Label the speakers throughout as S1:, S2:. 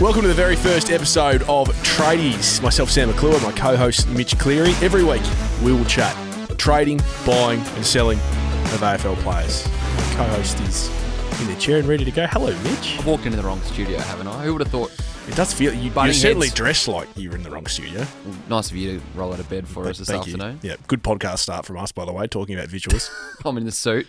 S1: Welcome to the very first episode of Tradies. Myself, Sam McClure, my co host, Mitch Cleary. Every week, we will chat trading, buying, and selling of AFL players. My co host is in the chair and ready to go. Hello, Mitch.
S2: I've walked into the wrong studio, haven't I? Who would have thought?
S1: It does feel you,
S2: Butting
S1: you certainly
S2: heads.
S1: dress like you're in the wrong studio.
S2: Nice of you to roll out of bed for us this
S1: Thank you.
S2: afternoon.
S1: Yeah, good podcast start from us, by the way, talking about visuals.
S2: I'm in the suit,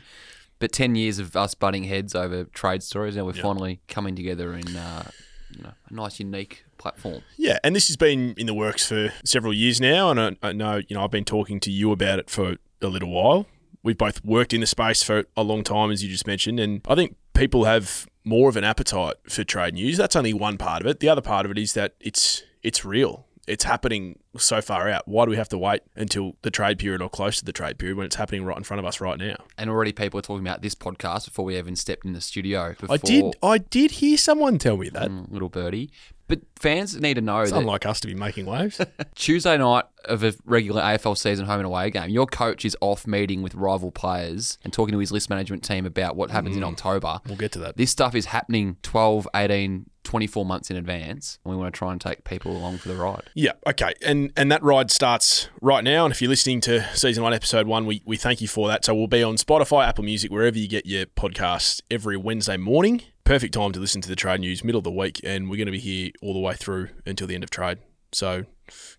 S2: but ten years of us butting heads over trade stories. Now we're finally coming together in uh, you know, a nice, unique platform.
S1: Yeah, and this has been in the works for several years now, and I, I know you know I've been talking to you about it for a little while. We've both worked in the space for a long time, as you just mentioned, and I think people have more of an appetite for trade news. That's only one part of it. The other part of it is that it's it's real. It's happening so far out. Why do we have to wait until the trade period or close to the trade period when it's happening right in front of us right now?
S2: And already people are talking about this podcast before we even stepped in the studio. Before
S1: I did I did hear someone tell me that.
S2: Mm, little birdie. But fans need to know
S1: It's
S2: that
S1: unlike us to be making waves.
S2: Tuesday night of a regular AFL season home and away game, your coach is off meeting with rival players and talking to his list management team about what happens
S1: Mm.
S2: in October.
S1: we'll get to that.
S2: This stuff is happening 12, 18, 24 months in advance, and we want to try and take people along for the ride.
S1: Yeah, okay. And and that ride starts right now. And if you're listening to season one, episode one, we, we thank you for that. So we'll be on Spotify, Apple Music, wherever you get your podcasts every Wednesday morning. Perfect time to listen to the trade news, middle of the week, and we're gonna be here all the way through until the end of trade. So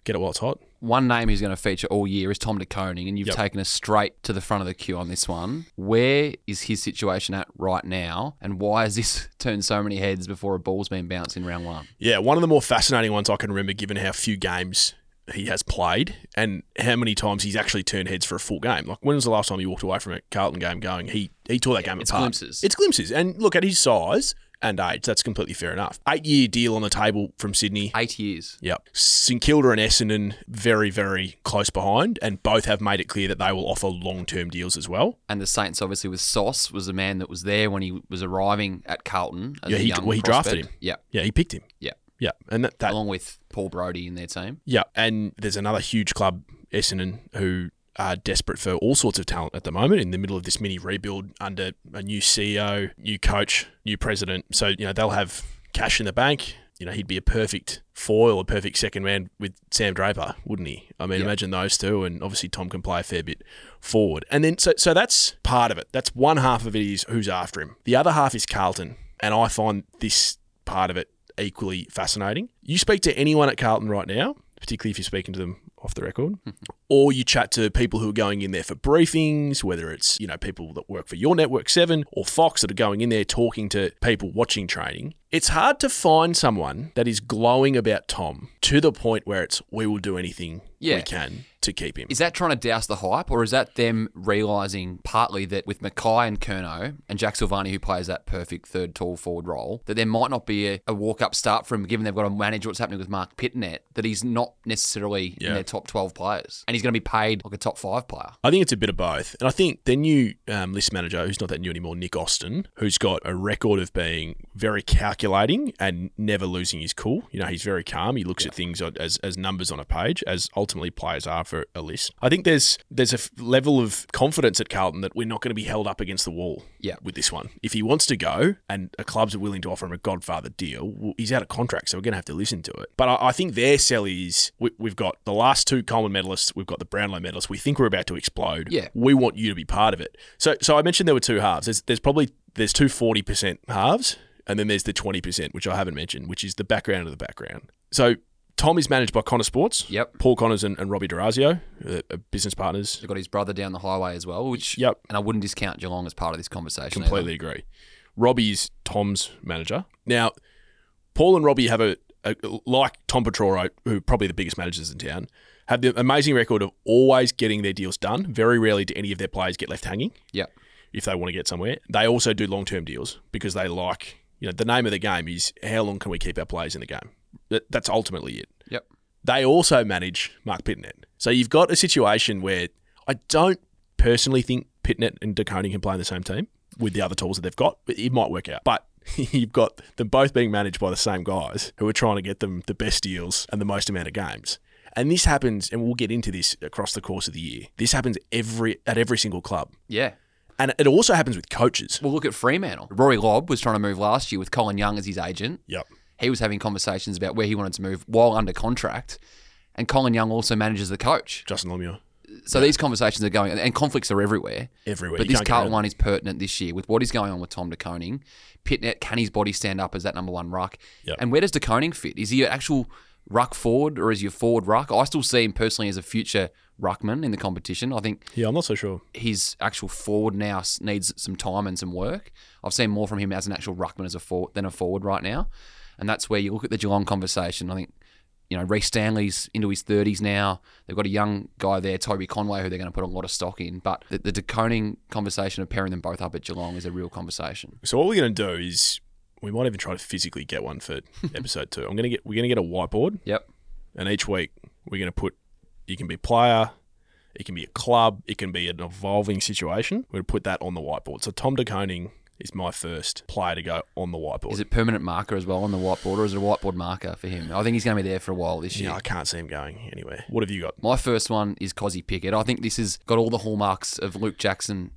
S1: get it while it's hot.
S2: One name who's going to feature all year is Tom DeConing, and you've
S1: Yep.
S2: taken us straight to the front of the queue on this one. Where is his situation at right now, and why has this turned so many heads before a ball's been bounced in round one?
S1: Yeah, one of the more fascinating ones I can remember given how few games he has played and how many times he's actually turned heads for a full game. Like when was the last time you walked away from a Carlton game going, he he tore that game
S2: it's
S1: apart.
S2: glimpses.
S1: It's glimpses. And look at his size and age, that's completely fair enough. Eight year deal on the table from Sydney.
S2: Eight years.
S1: Yep. St Kilda and Essendon very, very close behind, and both have made it clear that they will offer long term deals as well.
S2: And the Saints, obviously, with Sauce, was the man that was there when he was arriving at Carlton. As
S1: Yeah,
S2: a
S1: he-
S2: young
S1: well, he drafted
S2: prospect.
S1: him.
S2: Yeah,
S1: Yeah, he picked him.
S2: yeah.
S1: Yeah. And that, that
S2: Along with Paul Brody in their team.
S1: Yeah, and there's another huge club, Essendon, who are desperate for all sorts of talent at the moment in the middle of this mini rebuild under a new CEO, new coach, new president. So, you know, they'll have cash in the bank. You know, he'd be a perfect foil, a perfect second man with Sam Draper, wouldn't he? I mean,
S2: Yeah.
S1: imagine those two. And obviously, Tom can play a fair bit forward. And then, so, so that's part of it. That's one half of it is who's after him. The other half is Carlton. And I find this part of it equally fascinating. You speak to anyone at Carlton right now, particularly if you're speaking to them off the record, or you chat to people who are going in there for briefings, whether it's, you know, people that work for your network 7 or Fox that are going in there talking to people watching training. It's hard to find someone that is glowing about Tom to the point where it's we will do anything
S2: Yeah.
S1: we can to keep him.
S2: Is that trying to douse the hype, or is that them realizing partly that with Mackay and Kerno and Jack Silvani, who plays that perfect third tall forward role, that there might not be a, a walk up start for him, given they've got to manage what's happening with Mark Pitnet, that he's not necessarily
S1: Yeah.
S2: in their top 12 players, and he's going to be paid like a top five player.
S1: I think it's a bit of both. And I think their new um, list manager, who's not that new anymore, Nick Austin, who's got a record of being very calculating and never losing his cool. You know, he's very calm. He looks at things as, as numbers on a page, as ultimately players are for a list. I think there's there's a f- level of confidence at Carlton that we're not going to be held up against the wall
S2: Yeah.
S1: with this one. If he wants to go and a club's are willing to offer him a godfather deal, well, he's out of contract, so we're going to have to listen to it. But I, I think their sell is we, we've got the last two Coleman medalists, we've got the Brownlow medalists. We think we're about to explode.
S2: Yeah.
S1: We want you to be part of it. So so I mentioned there were two halves. There's, there's probably there's two 40% halves, and then there's the 20%, which I haven't mentioned, which is the background of the background. So Tom is managed by Connor Sports.
S2: Yep.
S1: Paul Connors and, and Robbie Durazio, uh, uh, business partners.
S2: They've got his brother down the highway as well, which,
S1: Yep.
S2: and I wouldn't discount Geelong as part of this conversation. either.
S1: Completely agree. Robbie's Tom's manager. Now, Paul and Robbie have a, a like Tom Petroro, who are probably the biggest managers in town, have the amazing record of always getting their deals done. Very rarely do any of their players get left hanging
S2: Yep.
S1: if they want to get somewhere. They also do long term deals because they like, you know, the name of the game is how long can we keep our players in the game? That, that's ultimately it.
S2: Yep.
S1: They also manage Mark Pitnet. So you've got a situation where I don't personally think Pitnet and DeConing can play in the same team with the other tools that they've got. It it might work out. But you've got them both being managed by the same guys who are trying to get them the best deals and the most amount of games. And this happens, and we'll get into this across the course of the year. This happens every at every single club.
S2: Yeah.
S1: And it also happens with coaches.
S2: Well, look at Fremantle. Rory Lobb was trying to move last year with Colin Young as his agent.
S1: Yep.
S2: He was having conversations about where he wanted to move while under contract. And Colin Young also manages the coach.
S1: Justin Lemieux.
S2: So these conversations are going, and conflicts are everywhere.
S1: Everywhere.
S2: But
S1: You
S2: this
S1: can't get
S2: Carlton
S1: around
S2: one is pertinent this year with what is going on with Tom DeConing. Pitnet, can his body stand up as that number one ruck?
S1: Yep.
S2: And where does DeConing fit? Is he an actual ruck forward or is he a forward ruck? I still see him personally as a future ruckman in the competition. I think
S1: Yeah, I'm not so sure.
S2: his actual forward now s- needs some time and some work. I've seen more from him as an actual ruckman as a for, than a forward right now, and that's where you look at the Geelong conversation. I think you know Reece Stanley's into his thirties now. They've got a young guy there, Toby Conway, who they're going to put a lot of stock in. But the, the deconing conversation of pairing them both up at Geelong is a real conversation.
S1: So what we're going to do is we might even try to physically get one for episode two. I'm going to get we're going to get a whiteboard,
S2: Yep.
S1: and each week we're going to put. You can be a player, it can be a club, it can be an evolving situation. We're going to put that on the whiteboard. So Tom DeConing is my first player to go on the whiteboard.
S2: Is it permanent marker as well on the whiteboard, or is it a whiteboard marker for him? I think he's going to be there for a while this year.
S1: yeah, I can't see him going anywhere. What have you got?
S2: My first one is Cozzy Pickett. I think this has got all the hallmarks of Luke Jackson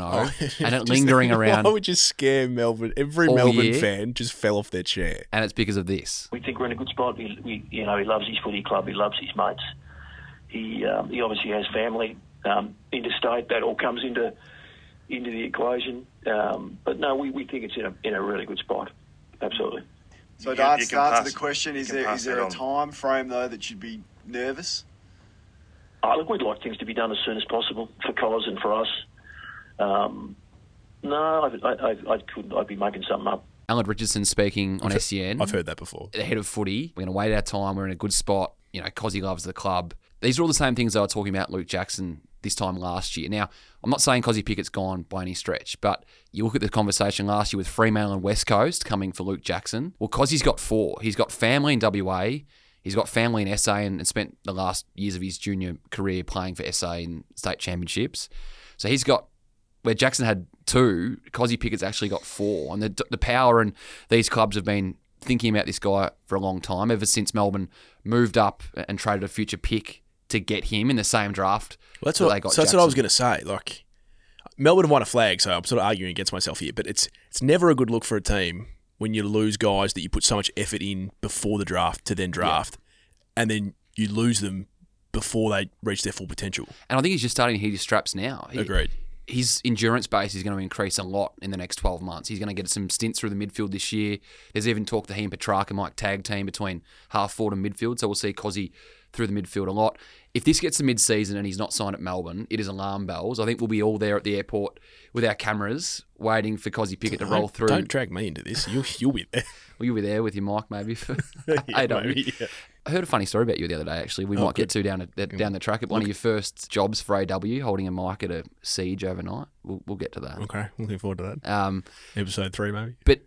S2: and it
S1: Oh, Just-
S2: lingering around.
S1: Why would you scare Melbourne? Every
S2: All
S1: Melbourne
S2: year?
S1: fan just fell off their chair.
S2: And it's because of this.
S3: we think we're in a good spot. We, we, you know, he loves his footy club. He loves his mates. He um, he obviously has family um, interstate. That all comes into into the equation. Um, but no, we, we think it's in a in a really good spot. Absolutely.
S4: So
S5: You
S4: to
S5: can- you
S4: answer,
S5: can
S4: to answer
S5: pass-
S4: the question,
S5: you
S4: is
S5: can
S4: there
S5: pass
S4: is there
S5: that
S4: a
S5: on.
S4: time frame though that you'd be nervous?
S3: Oh, look, we'd like things to be done as soon as possible for Collars and for us. Um, no, I, I, I, I couldn't. I'd be making something up.
S2: Alan Richardson speaking on E SEN.
S1: I've heard that before.
S2: the head of footy. We're going to wait our time. We're in a good spot. You know, Cozzy loves the club. These are all the same things I was talking about Luke Jackson this time last year. Now, I'm not saying Cozzy Pickett's gone by any stretch, but you look at the conversation last year with Fremantle and West Coast coming for Luke Jackson. Well, Cozzy's got four. He's got family in WA. He's got family in SA and, and spent the last years of his junior career playing for SA in state championships. So he's got where Jackson had two, Cozzy Pickett's actually got four. And the, the power and these clubs have been thinking about this guy for a long time, ever since Melbourne moved up and traded a future pick to get him in the same draft.
S1: Well, that's
S2: that
S1: what,
S2: they got
S1: so that's what I was
S2: Jackson.
S1: going to say. Like Melbourne have won a flag, so I'm sort of arguing against myself here. But it's it's never a good look for a team when you lose guys that you put so much effort in before the draft to then draft, and then you lose them before they reach their full potential.
S2: And I think he's just starting to hit his straps now. He-
S1: Agreed.
S2: his endurance base is going to increase a lot in the next 12 months. He's going to get some stints through the midfield this year. There's even talk that he and Petrarca might tag team between half forward and midfield, so we'll see Cozzy through the midfield a lot. If this gets to mid-season and he's not signed at Melbourne, it is alarm bells. I think we'll be all there at the airport with our cameras waiting for Cozzy Pickett to roll
S1: Don't-
S2: through.
S1: Don't drag me into this. You you'll be there.
S2: Will you be there with your mic maybe? For, I don't.
S1: maybe, yeah. Oh,
S2: I heard a funny story about you the other day. Actually, we might get to down the, down the track at one of your first jobs for AW, holding a mic at a siege overnight. We'll, we'll get to that.
S1: Okay, looking forward to that.
S2: Um,
S1: Episode three, maybe.
S2: but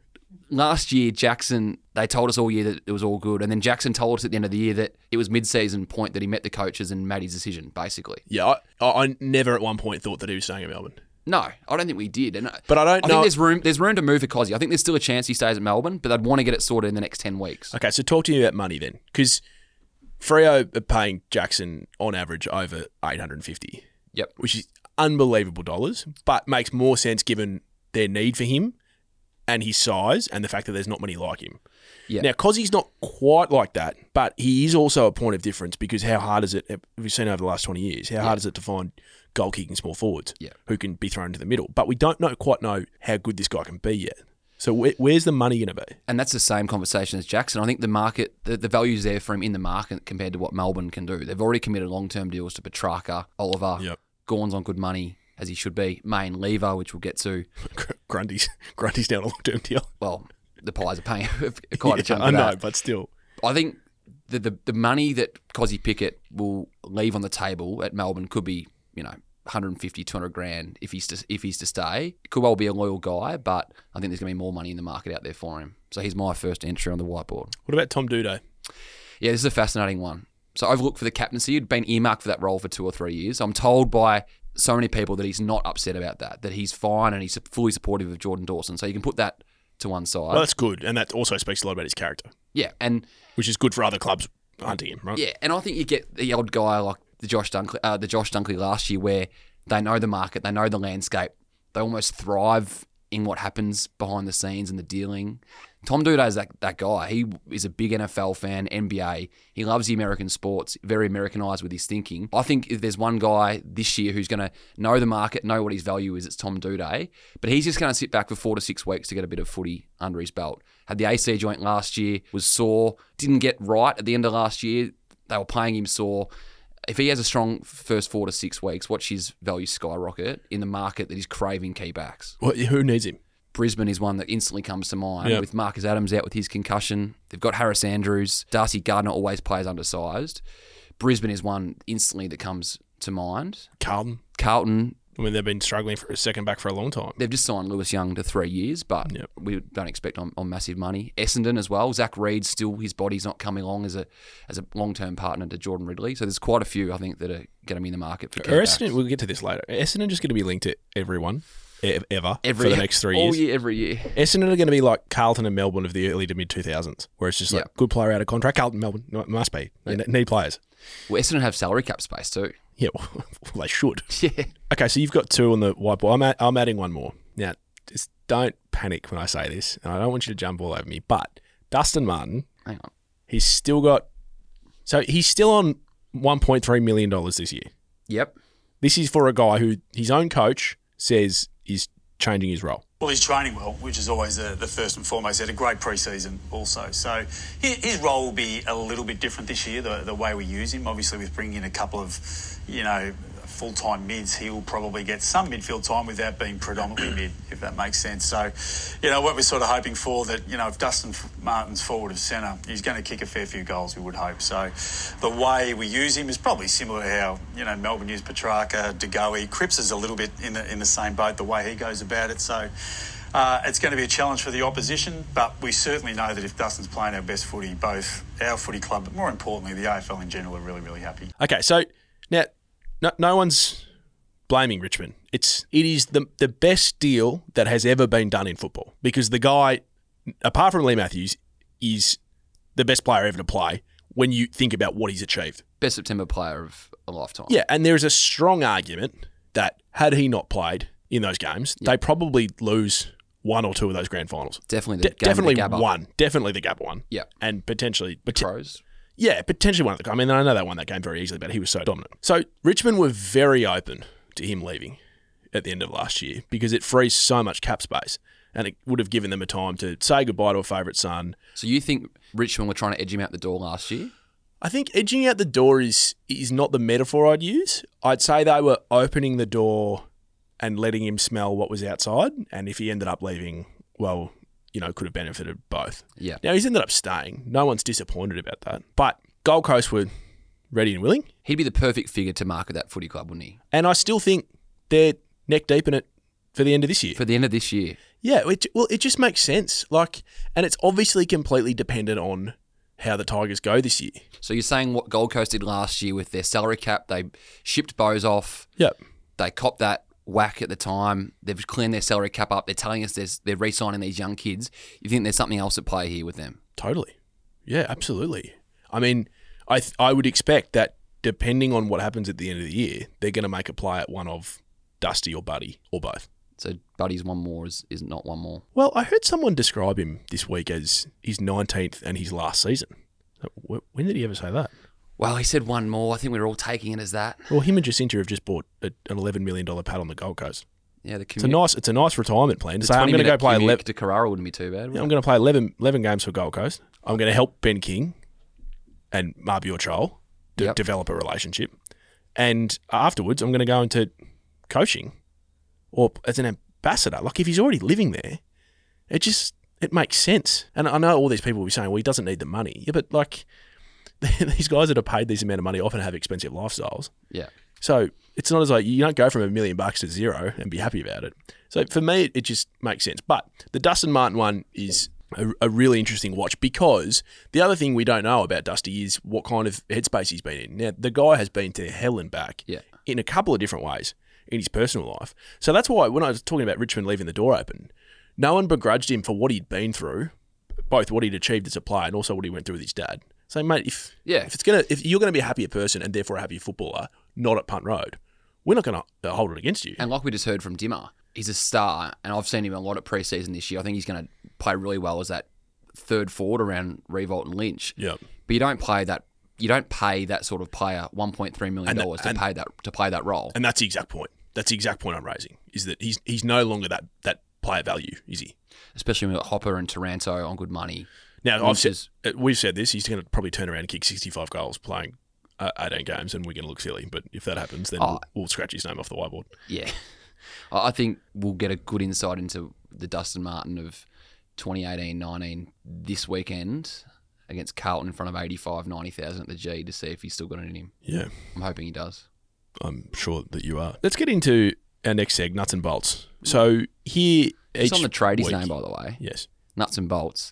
S2: last year, Jackson, they told us all year that it was all good. And then Jackson told us at the end of the year that it was mid season point that he met the coaches and made his decision, basically.
S1: Yeah, I, I I never at one point thought that he was staying at Melbourne.
S2: No, I don't think we did. And
S1: But I don't
S2: I
S1: know-
S2: think there's room, there's room to move for Cozzy. I think there's still a chance he stays at Melbourne, but they'd want to get it sorted in the next 10 weeks.
S1: Okay, so talk to me about money then, because Freo are paying Jackson on average over eight hundred and fifty.
S2: Yep.
S1: which is unbelievable dollars, but makes more sense given their need for him and his size and the fact that there's not many like him.
S2: Yeah.
S1: Now, Cozzy's not quite like that, but he is also a point of difference because how hard is it? We've seen over the last 20 years, how hard is it to find goal kicking small forwards
S2: Yeah.
S1: who can be thrown into the middle? But we don't know quite know how good this guy can be yet. So where, where's the money going to be?
S2: and that's the same conversation as Jackson. I think the market, the, the value's there for him in the market compared to what Melbourne can do. They've already committed long term deals to Petrarca, Oliver,
S1: Yep.
S2: Gorn's on good money, as he should be, May and Lever, which we'll get to.
S1: Grundy's Grundy's down a long term deal.
S2: Well, the Pies are paying quite a
S1: Yeah,
S2: chunk
S1: I
S2: of
S1: know,
S2: that.
S1: but still,
S2: I think the, the, the money that Cozzy Pickett will leave on the table at Melbourne could be, you know, 150, 200 grand if he's to, if he's to stay. Could well be a loyal guy, but I think there's going to be more money in the market out there for him. So he's my first entry on the whiteboard.
S1: what about Tom Dudo?
S2: Yeah, this is a fascinating one. So I've looked for the captaincy. He'd been earmarked for that role for two or three years. I'm told by so many people that he's not upset about that, that he's fine and he's fully supportive of Jordan Dawson. So you can put that to one side.
S1: Well, that's good, and that also speaks a lot about his character,
S2: yeah, and
S1: which is good for other clubs hunting him, right?
S2: yeah, and I think you get the old guy like the Josh Dunkley, uh, the Josh Dunkley last year, where they know the market, they know the landscape, they almost thrive in what happens behind the scenes and the dealing. Tom Duda is that, that guy. He is a big NFL fan, NBA. He loves the American sports, very Americanized with his thinking. I think if there's one guy this year who's going to know the market, know what his value is, it's Tom Duda. But he's just going to sit back for four to six weeks to get a bit of footy under his belt. Had the AC joint last year, was sore, didn't get right at the end of last year. They were paying him sore if he has a strong first four to six weeks, watch his value skyrocket in the market that is craving key backs.
S1: Well, who needs him?
S2: Brisbane is one that instantly comes to mind
S1: Yeah.
S2: with Marcus Adams out with his concussion. They've got Harris Andrews. Darcy Gardner always plays undersized. Brisbane is one instantly that comes to mind.
S1: Carlton.
S2: Carlton,
S1: I mean, they've been struggling for a second back for a long time.
S2: they've just signed Lewis Young to three years, but
S1: Yep.
S2: we don't expect on, on massive money. Essendon as well. Zach Reed still his body's not coming along as a as a long term partner to Jordan Ridley. So there's quite a few I think that are going to be in the market for key
S1: Are
S2: backs.
S1: Essendon, we'll get to this later. Are Essendon just going to be linked to everyone e- ever
S2: every
S1: for the next three
S2: all
S1: years.
S2: year, every year.
S1: Essendon are going to be like Carlton and Melbourne of the early to mid 2000s, where it's just like
S2: Yeah.
S1: good player out of contract. Carlton, Melbourne no, it must be. They ne- need players.
S2: Well, Essendon have salary cap space too.
S1: Yeah, well, they should.
S2: Yeah,
S1: Okay, so you've got two on the whiteboard. I'm, at, I'm adding one more. Now, just don't panic when I say this, and I don't want you to jump all over me, but Dustin Martin,
S2: hang on.
S1: he's still got. So he's still on $1.3 million this year.
S2: Yep,
S1: This is for a guy who his own coach says is changing his role.
S5: Well, he's training well, which is always the, the first and foremost. He had a great preseason also. So his, his role will be a little bit different this year, the, the way we use him. Obviously, with bringing in a couple of, you know, full time mids, he'll probably get some midfield time without being predominantly mid, if that makes sense. So, you know, what we're sort of hoping for that, you know, if Dustin F- Martin's forward of centre, he's going to kick a fair few goals, we would hope. So the way we use him is probably similar to how, you know, Melbourne used Petrarca, DeGoey. Cripps is a little bit in the, in the same boat, the way he goes about it. So, uh, it's going to be a challenge for the opposition, but we certainly know that if Dustin's playing our best footy, both our footy club, but more importantly, the AFL in general, are really, really happy.
S1: Okay, so now no, no one's blaming Richmond. It's it is the the best deal that has ever been done in football because the guy, apart from Lee Matthews, is the best player ever to play. When you think about what he's achieved,
S2: best September player of a lifetime.
S1: yeah, and there is a strong argument that had he not played in those games, they probably lose one or two of those grand finals.
S2: definitely
S1: De-
S2: the game
S1: definitely
S2: the Gabba.
S1: one, definitely the Gab one,
S2: Yeah,
S1: and potentially, pot-
S2: pros.
S1: yeah, potentially one of the. I mean, I know they won that game very easily, but he was so dominant. So Richmond were very open to him leaving at the end of last year because it frees so much cap space, and it would have given them a time to say goodbye to a favourite son.
S2: So you think Richmond were trying to edge him out the door last year?
S1: I think edging out the door is is not the metaphor I'd use. I'd say they were opening the door and letting him smell what was outside, and if he ended up leaving, well, you know, could have benefited both.
S2: Yeah,
S1: Now he's ended up staying. No one's disappointed about that, but Gold Coast were ready and willing.
S2: he'd be the perfect figure to market that footy club, wouldn't he?
S1: and I still think they're neck deep in it for the end of this year.
S2: For the end of this year,
S1: yeah, it, well, it just makes sense. Like, and it's obviously completely dependent on how the Tigers go this year.
S2: so you're saying what Gold Coast did last year with their salary cap? They shipped Bose off.
S1: Yep.
S2: They copped that whack at the time. They've cleaned their salary cap up. They're telling us there's, they're re-signing these young kids. You think there's something else at play here with them?
S1: Totally. Yeah, absolutely. I mean, I th- I would expect that depending on what happens at the end of the year, they're going to make a play at one of Dusty or Buddy or both.
S2: So Buddy's one more is, is not one more.
S1: Well, I heard someone describe him this week as his 19th and his last season. Uh, Wh- When did he ever say that?
S2: Well, he said one more. I think we were all taking it as that.
S1: Well, him and Jacinta have just bought a, an $11 million pad on the Gold Coast.
S2: Yeah, the
S1: It's a
S2: community.
S1: nice, it's a nice retirement plan. So I'm going to go play eleven.
S2: to Carrara wouldn't be too bad. would
S1: I'm
S2: it?
S1: going to play 11, 11 games for Gold Coast. I'm going to help Ben King and Marby or Chol de-
S2: Yep.
S1: develop a relationship, and afterwards I'm going to go into coaching or as an ambassador. Like if he's already living there, it just it makes sense. And I know all these people will be saying, "Well, he doesn't need the money." Yeah, but like these guys that are paid this amount of money often have expensive lifestyles.
S2: Yeah.
S1: So it's not as like you don't go from a million bucks to zero and be happy about it. So for me, it just makes sense. But the Dustin Martin one is a, a really interesting watch because the other thing we don't know about Dusty is what kind of headspace he's been in. Now, the guy has been to hell and back
S2: Yeah.
S1: in a couple of different ways in his personal life. So that's why when I was talking about Richmond leaving the door open, no one begrudged him for what he'd been through, both what he'd achieved as a player and also what he went through with his dad. So mate, if
S2: Yeah.
S1: if it's gonna if you're gonna be a happier person and therefore a happier footballer, not at Punt Road, we're not gonna uh, hold it against you.
S2: And like we just heard from Dimmer, he's a star, and I've seen him a lot at preseason this year. I think he's going to play really well as that third forward around Revolt and Lynch.
S1: Yeah.
S2: But you don't play that. You don't pay that sort of player one point three million
S1: And the-
S2: dollars to
S1: and-
S2: pay that to play that role.
S1: And that's the exact point. That's the exact point I'm raising is that he's he's no longer that that player value, is he?
S2: especially when we've got Hopper and Taranto on good money.
S1: Now I've
S2: Which
S1: said,
S2: is-
S1: uh, we've said this. He's going to probably turn around and kick 65 goals playing uh, 18 games, and we're going to look silly. But if that happens, then
S2: Oh.
S1: we'll, we'll scratch his name off the whiteboard.
S2: Yeah, I I think we'll get a good insight into the Dustin Martin of 2018-19 this weekend against Carlton in front of 85, 90,000 at the G to see if he's still got it in him.
S1: Yeah,
S2: I'm hoping he does.
S1: I'm sure that you are. Let's get into our next seg, nuts and bolts. So here,
S2: It's
S1: each
S2: on the tradies
S1: week-
S2: name, by the way.
S1: Yes,
S2: Nuts and bolts.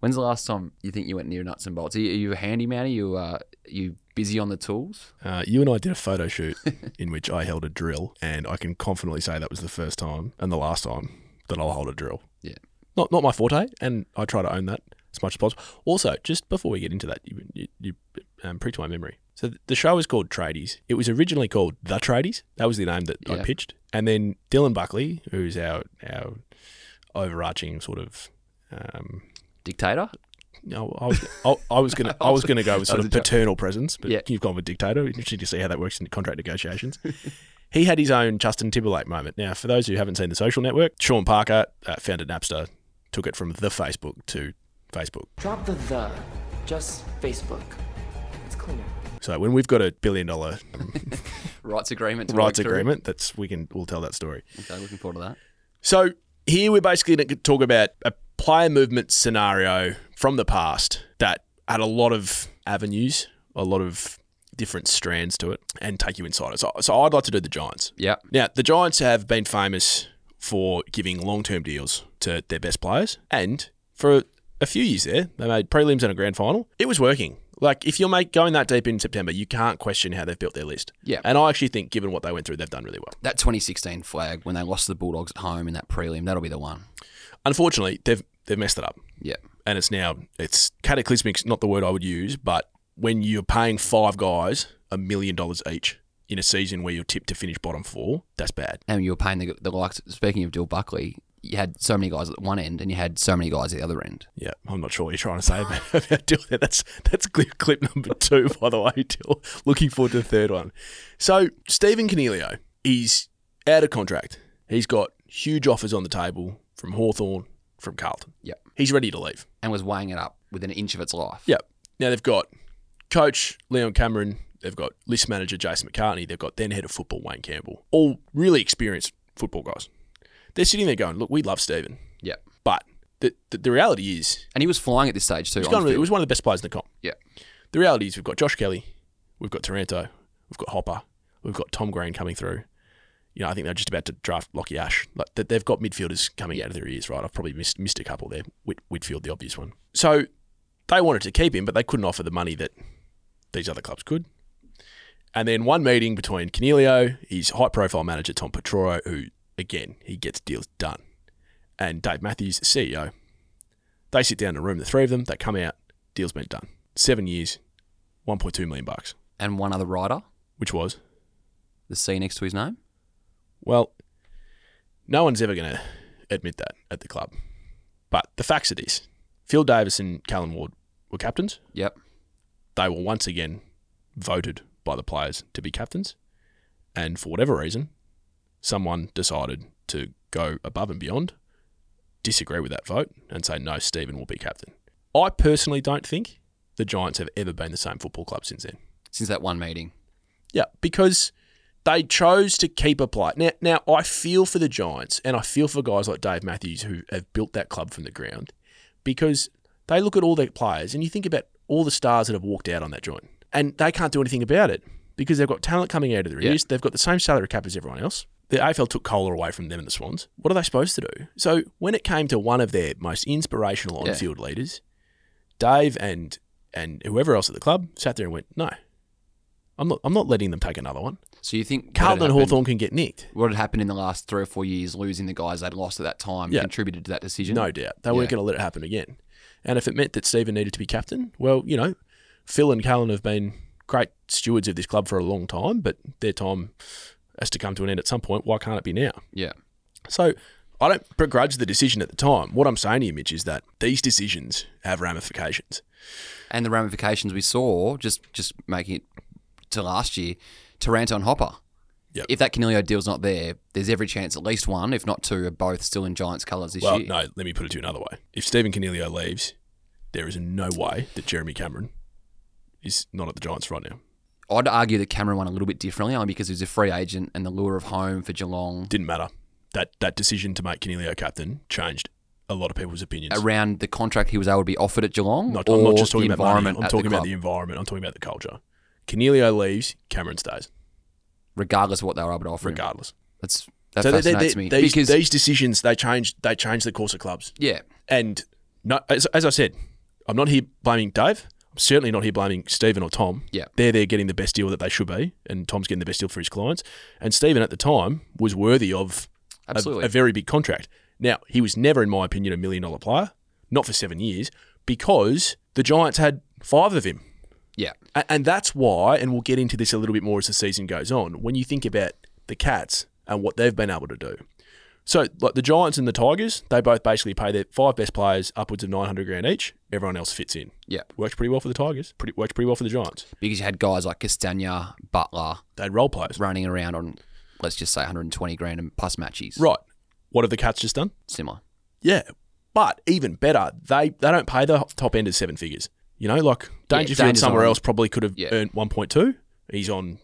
S2: When's the last time you think you went near nuts and bolts? Are you, are you a handyman? Are you uh, you busy on the tools?
S1: uh, you and I did a photo shoot in which I held a drill, and I can confidently say that was the first time and the last time that I'll hold a drill.
S2: Yeah.
S1: not not my forte, and I try to own that as much as possible. Also, just before we get into that, you, you, you um, pricked my memory. So th- the show is called Tradies. It was originally called The Tradies. That was the name that I
S2: Yeah.
S1: pitched, and then Dylan Buckley, who's our our overarching sort of. Um,
S2: Dictator?
S1: no, I was I, I was gonna I was gonna go with sort
S2: That
S1: of
S2: was a joke.
S1: paternal presence, but
S2: Yeah.
S1: you've gone with dictator. Interesting to see how that works in contract negotiations. he had his own Justin Timberlake moment. Now, for those who haven't seen the social network, Sean Parker uh, founded Napster, took it from the Facebook to Facebook.
S6: Drop the the, just Facebook. It's cleaner.
S1: So when we've got a billion dollar
S2: Rights agreement. to
S1: rights
S2: work through.
S1: agreement, that's we can we'll tell that story.
S2: Okay, looking forward to that.
S1: So here we're basically going to talk about a player movement scenario from the past that had a lot of avenues, a lot of different strands to it, and take you inside it. So, so I'd like to do the Giants.
S2: Yeah.
S1: Now, the Giants have been famous for giving long term deals to their best players. And for a few years there, they made prelims and a grand final. It was working. Like, if you're make, going that deep in September, you can't question how they've built their list.
S2: Yeah.
S1: And I actually think, given what they went through, they've done really well.
S2: That 2016 flag when they lost to the Bulldogs at home in that prelim, that'll be the one.
S1: Unfortunately, they've, they've messed it up.
S2: Yeah.
S1: and it's now it's cataclysmic's not the word I would use, but when you're paying five guys a million dollars each in a season where you're tipped to finish bottom four, that's bad.
S2: and you were paying the, the likes. Speaking of Dill Buckley, you had so many guys at one end, and you had so many guys at the other end.
S1: Yeah, I'm not sure what you're trying to say about, about Dill. there. That's that's clip, clip number two, by the way, Dill. Looking forward to the third one. So Stephen Canelio, he's out of contract. He's got huge offers on the table from Hawthorn, from Carlton.
S2: Yep.
S1: He's ready to leave.
S2: And was weighing it up within an inch of its life.
S1: Yep. Now they've got coach Leon Cameron, they've got list manager Jason McCartney, they've got then head of football Wayne Campbell. All really experienced football guys. They're sitting there going, "Look, we love Stephen,
S2: Yep.
S1: but the the, the reality is
S2: And he was flying at this stage too.
S1: he's
S2: on
S1: gone
S2: the
S1: really, it
S2: field.
S1: was one of the best players in the comp.
S2: Yep.
S1: The reality is we've got Josh Kelly, we've got Taranto, we've got Hopper, we've got Tom Green coming through. You know, I think they're just about to draft Lockie Ash. Like that, they've got midfielders coming out of their ears, right? I've probably missed missed a couple there. Whit, Whitfield, the obvious one. So they wanted to keep him, but they couldn't offer the money that these other clubs could. And then one meeting between Canelio, his high profile manager Tom Petroro, who again he gets deals done, and Dave Matthews, the CEO. They sit down in a room, the three of them. They come out, deal's been done. Seven years, one point two million bucks,
S2: And one other rider,
S1: which was
S2: the C next to his name.
S1: well, no one's ever going to admit that at the club. But the facts are this Phil Davis and Callum Ward were captains.
S2: Yep.
S1: They were once again voted by the players to be captains. And for whatever reason, someone decided to go above and beyond, disagree with that vote, and say, no, Stephen will be captain. I personally don't think the Giants have ever been the same football club since then.
S2: Since that one meeting,
S1: Yeah, because they chose to keep a plight. Now, now I feel for the Giants and I feel for guys like Dave Matthews who have built that club from the ground because they look at all their players and you think about all the stars that have walked out on that joint and they can't do anything about it because they've got talent coming out of their
S2: Yeah.
S1: ears. They've got the same salary cap as everyone else. They're- the AFL took Kohler away from them and the Swans. What are they supposed to do? So when it came to one of their most inspirational
S2: Yeah.
S1: on-field leaders, Dave and and whoever else at the club sat there and went, "No, I'm not. I'm not letting them take another one."
S2: So you think what had
S1: Carlton and
S2: happened-
S1: Hawthorn can get nicked,
S2: What had happened in the last three or four years, losing the guys they'd lost at that time,
S1: Yeah.
S2: contributed to that decision.
S1: no doubt. They weren't
S2: Yeah.
S1: going to let it happen again. And if it meant that Stephen needed to be captain, well, you know, Phil and Callan have been great stewards of this club for a long time, but their time has to come to an end at some point. Why can't it be now?
S2: Yeah.
S1: So I don't begrudge the decision at the time. What I'm saying to you, Mitch, is that these decisions have ramifications.
S2: And the ramifications we saw, just just making it to last year, Taranto and Hopper.
S1: Yep.
S2: If that Canelio deal's not there, there's every chance at least one, if not two, are both still in Giants colours this
S1: Well,
S2: year.
S1: no, let me put it to you another way. If Stephen Canelio leaves, there is no way that Jeremy Cameron is not at the Giants right now.
S2: I'd argue that Cameron won a little bit differently, only because he was a free agent and the lure of home for Geelong
S1: Didn't matter. That that decision to make Canelio captain changed a lot of people's opinions.
S2: around the contract he was able to be offered at Geelong.
S1: Not,
S2: or
S1: I'm not just talking
S2: the
S1: about money.
S2: environment
S1: I'm
S2: at
S1: talking
S2: the
S1: about the
S2: club,
S1: environment. I'm talking about the culture. Canelio leaves, Cameron stays,
S2: regardless of what they were able to offer. him.
S1: regardless.
S2: That's that
S1: they- they-
S2: fascinates
S1: they-
S2: me
S1: these,
S2: because
S1: these decisions they change they change the course of clubs.
S2: yeah,
S1: And no, as, as I said, I'm not here blaming Dave. I'm certainly not here blaming Stephen or Tom.
S2: Yeah.
S1: They're there getting the best deal that they should be, and Tom's getting the best deal for his clients. And Stephen at the time was worthy of a-
S2: Absolutely.
S1: A, very big contract. Now, he was never, in my opinion, a million dollar player, not for seven years, because the Giants had five of him.
S2: yeah,
S1: A- And that's why, and we'll get into this a little bit more as the season goes on, when you think about the Cats and what they've been able to do. So, like the Giants and the Tigers, they both basically pay their five best players upwards of 900 grand each. Everyone else fits in.
S2: yeah.
S1: Works pretty well for the Tigers, pretty, works pretty well for the Giants.
S2: Because you had guys like Castagna, Butler
S1: They role players.
S2: running around on, let's just say, 120 grand and plus matches.
S1: Right. What have the Cats just done?
S2: Similar.
S1: Yeah. But even better, they, they don't pay the top end of seven figures. You know, like Dangerfield
S2: Danger's
S1: somewhere
S2: on-
S1: else probably could have
S2: Yeah.
S1: earned 1.2. He's on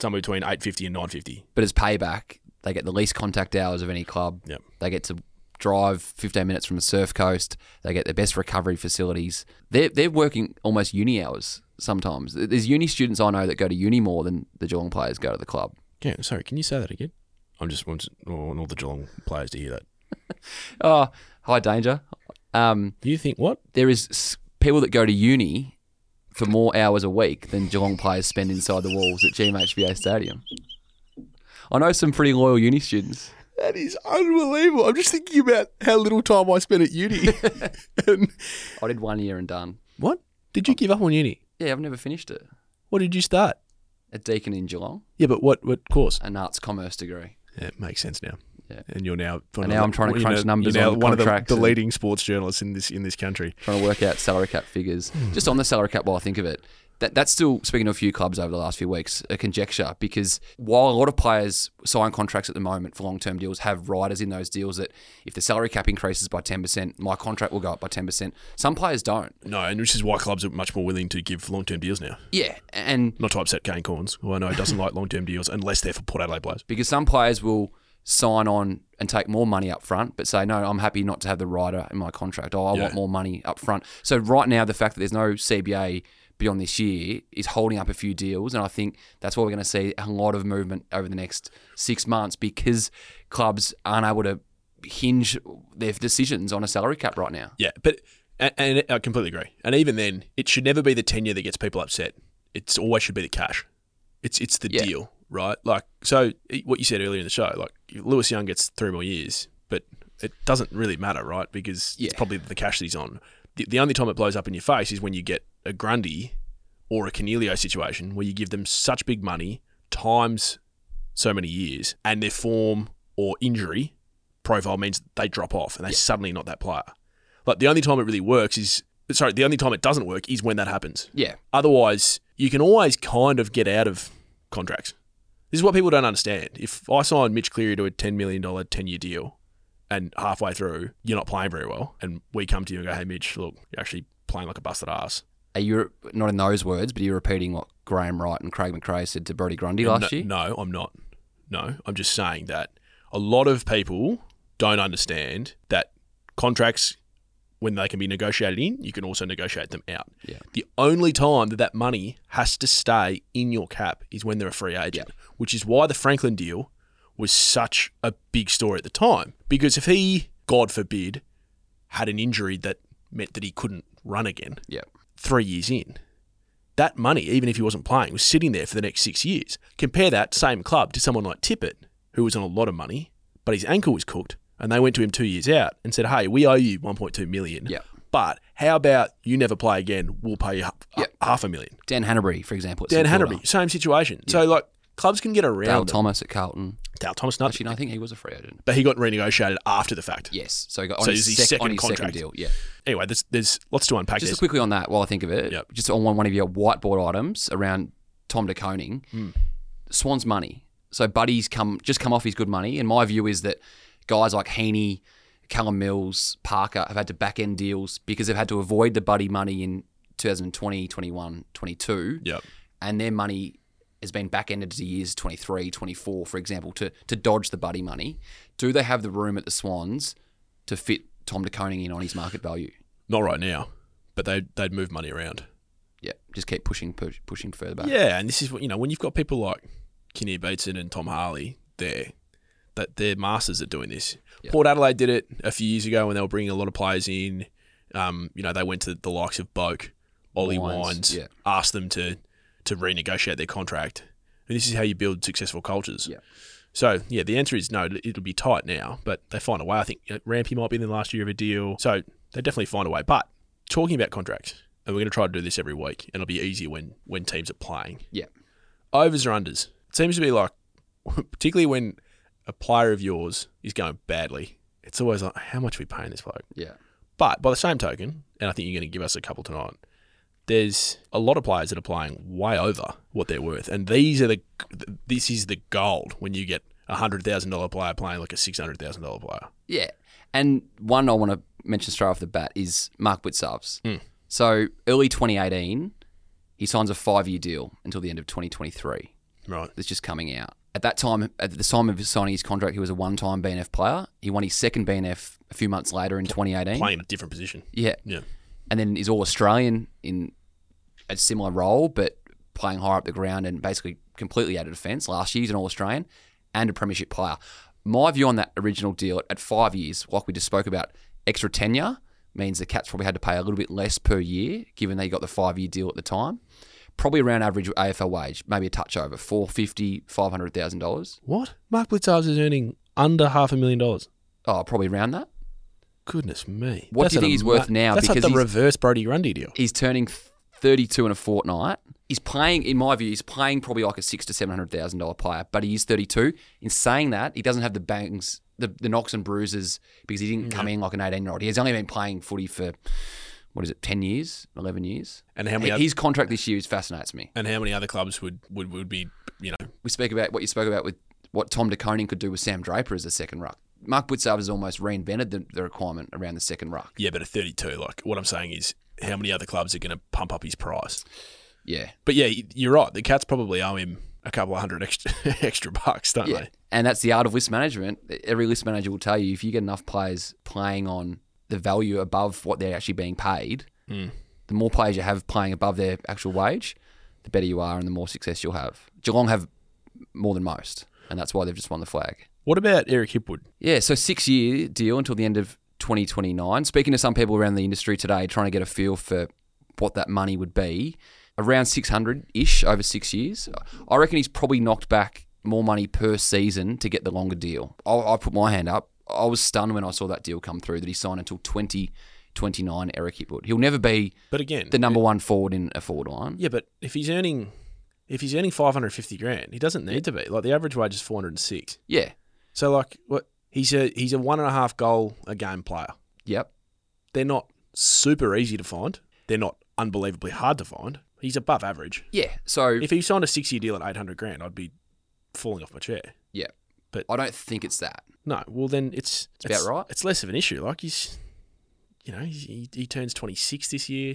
S1: somewhere between 850 and 950.
S2: But as payback, they get the least contact hours of any club.
S1: Yep.
S2: They get to drive 15 minutes from the surf coast. They get the best recovery facilities. They're, they're working almost uni hours sometimes. There's uni students I know that go to uni more than the Geelong players go to the club.
S1: Yeah, sorry, can you say that again? I'm just want I want all the Geelong players to hear that.
S2: Oh, high danger. Um,
S1: You think what?
S2: there is s- people that go to uni for more hours a week than Geelong players spend inside the walls at GMHBA Stadium. I know some pretty loyal uni students.
S1: That is unbelievable. I'm just thinking about how little time I spent at uni. and
S2: I did one year and done.
S1: what? Did you give up on uni?
S2: Yeah, I've never finished it.
S1: What did you start?
S2: At Deakin in Geelong,
S1: Yeah, but what what course?
S2: an arts commerce degree.
S1: Yeah, it makes sense now.
S2: Yeah.
S1: And you're now
S2: And now I'm trying to crunch numbers
S1: You're now
S2: on the
S1: one of the,
S2: contracts
S1: the
S2: and-
S1: leading sports journalists in this in this country.
S2: Trying to work out salary cap figures. Just on the salary cap while I think of it. That, that's still, speaking to a few clubs over the last few weeks, a conjecture because while a lot of players sign contracts at the moment for long term deals, have riders in those deals that if the salary cap increases by 10%, my contract will go up by 10%. Some players don't.
S1: No, and which is why clubs are much more willing to give long term deals now.
S2: Yeah, and
S1: Not to upset Kane Corns, who I know doesn't like long term deals unless they're for Port Adelaide players.
S2: because some players will sign on and take more money up front, but say, no, I'm happy not to have the rider in my contract. Oh, I
S1: Yeah.
S2: want more money up front. So right now, the fact that there's no CBA beyond this year is holding up a few deals, and I think that's what we're going to see a lot of movement over the next six months because clubs aren't able to hinge their decisions on a salary cap right now.
S1: Yeah, but and, and I completely agree. And even then, it should never be the tenure that gets people upset. It's always should be the cash. It's it's the
S2: Yeah.
S1: deal, right? Like so, it- what you said earlier in the show, like Lewis Young gets three more years, but it doesn't really matter, right? Because
S2: Yeah.
S1: it's probably the cash that he's on. The, the only time it blows up in your face is when you get a Grundy or a Canelio situation where you give them such big money times so many years, and their form or injury profile means they drop off and they're suddenly not that player. Like the only time it really works is sorry, the only time it doesn't work is when that happens.
S2: Yeah,
S1: Otherwise, you can always kind of get out of contracts. This is what people don't understand. If I sign Mitch Cleary to a ten million dollar ten year deal, and halfway through you're not playing very well, and we come to you and go, "Hey Mitch, look, you're actually playing like a busted ass."
S2: are you not in those words, but you're repeating what Graham Wright and Craig McRae said to Brody Grundy last
S1: no,
S2: year?
S1: No, I'm not. No, I'm just saying that a lot of people don't understand that contracts, when they can be negotiated in, you can also negotiate them out.
S2: Yeah.
S1: The only time that that money has to stay in your cap is when they're a free agent, which is why the Franklin deal was such a big story at the time because if he, God forbid, had an injury that meant that he couldn't run again
S2: Yeah.
S1: three years in, that money, even if he wasn't playing, was sitting there for the next six years. Compare that same club to someone like Tippett, who was on a lot of money, but his ankle was cooked, and they went to him two years out and said, "Hey, we owe you 1.2 million.
S2: Yeah.
S1: But how about you never play again? We'll pay you ha-
S2: Yeah.
S1: half a million.
S2: Dan Hanbury, for example. at
S1: Dan
S2: St Kilda.
S1: Hanbury, same situation. So like clubs can get around
S2: Dale
S1: them.
S2: Thomas at Carlton.
S1: Dale Thomas, nothing.
S2: Actually, no, I think he was a free agent.
S1: But he got renegotiated after the fact.
S2: Yes. So he got on
S1: So
S2: his,
S1: it's his
S2: sec- on
S1: second
S2: his
S1: contract.
S2: second deal. Yeah.
S1: Anyway, there's there's lots to unpack.
S2: Just
S1: there.
S2: quickly on that, while I think of it,
S1: Yep.
S2: just on one, one of your whiteboard items around Tom de Koning,
S1: Hmm.
S2: Swan's money. So Buddy's come just come off his good money, and my view is that guys like Heaney, Callum Mills, Parker have had to back end deals because they've had to avoid the Buddy money in 2020, 21, 22,
S1: Yep.
S2: and their money has been back ended to years 23, 24, for example, to to dodge the Buddy money. Do they have the room at the Swans to fit Tom de Koning in on his market value?
S1: Not right now, but they they'd move money around.
S2: yeah, just keep pushing, push, pushing further back.
S1: Yeah, and this is what you know when you've got people like Kenny Bateson and Tom Harley there, that they're masters at doing this. Port Adelaide did it a few years ago when they were bringing a lot of players in. Um, you know, they went to the likes of Boak, Ollie Wines,
S2: Wines, yeah.
S1: asked them to to renegotiate their contract. And this is how you build successful cultures.
S2: Yeah.
S1: So yeah, the answer is no. It'll be tight now, but they find a way. I think you know, Rampy might be in the last year of a deal, so they definitely find a way. But talking about contracts, and we're going to try to do this every week, and it'll be easier when when teams are playing
S2: yeah,
S1: overs or unders. It seems to be like, particularly when a player of yours is going badly, it's always like, how much are we paying this bloke?
S2: yeah,
S1: But by the same token, and I think you're going to give us a couple tonight, there's a lot of players that are playing way over what they're worth, and these are the this is the gold when you get a hundred thousand dollar player playing like a six hundred thousand dollar player.
S2: yeah. And one I want to mention straight off the bat is Mark Whitsubs.
S1: Hmm.
S2: So early 2018, he signs a five-year deal until the end of 2023.
S1: Right.
S2: That's just coming out. At that time, at the time of signing his contract, he was a one-time BNF player. He won his second BNF a few months later in 2018.
S1: Playing a different position.
S2: Yeah,
S1: Yeah.
S2: and then is all Australian in a similar role, but playing higher up the ground and basically completely out of defence. Last year, he's an All Australian and a Premiership player. My view on that original deal at five years, like we just spoke about, extra tenure means the Cats probably had to pay a little bit less per year, given they got the five year deal at the time. Probably around average AFL wage, maybe a touch over four fifty, five hundred thousand dollars.
S1: What? Mark Blitzars is earning under half a million dollars.
S2: Oh, probably around that.
S1: Goodness me.
S2: What do you
S1: an
S2: think he's
S1: ama-
S2: worth now?
S1: That's like
S2: Because
S1: the
S2: he's-
S1: reverse Brody Grundy deal.
S2: He's turning 32 in a fortnight. He's playing, in my view, he's playing probably like a six to seven hundred thousand dollar player, but he is 32. In saying that, he doesn't have the bangs, the, the knocks and bruises because he didn't come in like an 18 year old. He's only been playing footy for what is it, 10 years, 11 years.
S1: And how many
S2: H-
S1: oth-
S2: his contract this year is fascinates me.
S1: and how many other clubs would, would, would be, you know,
S2: We speak about what you spoke about with what Tom DeConing could do with Sam Draper as a second ruck. Mark Butzab has almost reinvented the, the requirement around the second ruck.
S1: yeah, but a 32. Like, what I'm saying is, how many other clubs are going to pump up his price?
S2: Yeah.
S1: But yeah, y- you're right. The Cats probably owe him a couple of hundred extra, extra bucks, don't
S2: Yeah.
S1: they?
S2: And that's the art of list management. Every list manager will tell you if you get enough players playing on the value above what they're actually being paid, the more players you have playing above their actual wage, the better you are and the more success you'll have. Geelong have more than most, and that's why they've just won the flag.
S1: What about Eric Hipwood?
S2: Yeah, so six year deal until the end of 2029. Speaking to some people around the industry today, trying to get a feel for what that money would be, around 600 ish over six years. I reckon he's probably knocked back more money per season to get the longer deal. I'll, I'll put my hand up. I was stunned when I saw that deal come through that he signed until 2029. Eric Hipwood. He'll never be
S1: But again,
S2: the number one forward in a forward line.
S1: yeah, but if he's earning, if he's earning 550 grand, he doesn't need to be. Like, the average wage is 406.
S2: Yeah.
S1: So, like, what? He's a he's a one and a half goal a game player.
S2: Yep.
S1: They're not super easy to find. They're not unbelievably hard to find. He's above average.
S2: Yeah. So
S1: If he signed a six year deal at 800 grand, I'd be falling off my chair.
S2: yeah,
S1: But-
S2: I don't think it's that.
S1: No, well, then it's,
S2: It's about right.
S1: It's less of an issue. Like, he's, you know, he, he turns 26 this year.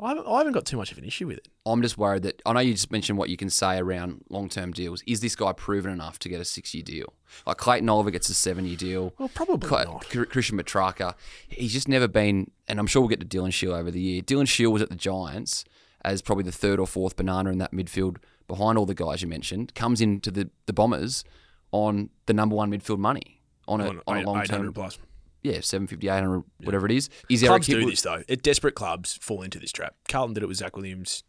S1: I haven't, I haven't got too much of an issue with it.
S2: I'm just worried that I know you just mentioned what you can say around long term deals. Is this guy proven enough to get a six year deal? Like Clayton Oliver gets a seven year deal.
S1: Well, probably
S2: Cla-
S1: not.
S2: Cr- Christian Petrarca, he's just never been, and I'm sure we'll get to Dylan Shield over the year. Dylan Shield was at the Giants as probably the third or fourth banana in that midfield behind all the guys you mentioned, comes into the, the Bombers. on the number one midfield money on a,
S1: on,
S2: on a long term.
S1: plus.
S2: Yeah, 750, 800, whatever it is. Is there
S1: Clubs
S2: a kid?
S1: do this though. It, desperate clubs fall into this trap. Carlton did it with Zach Williams.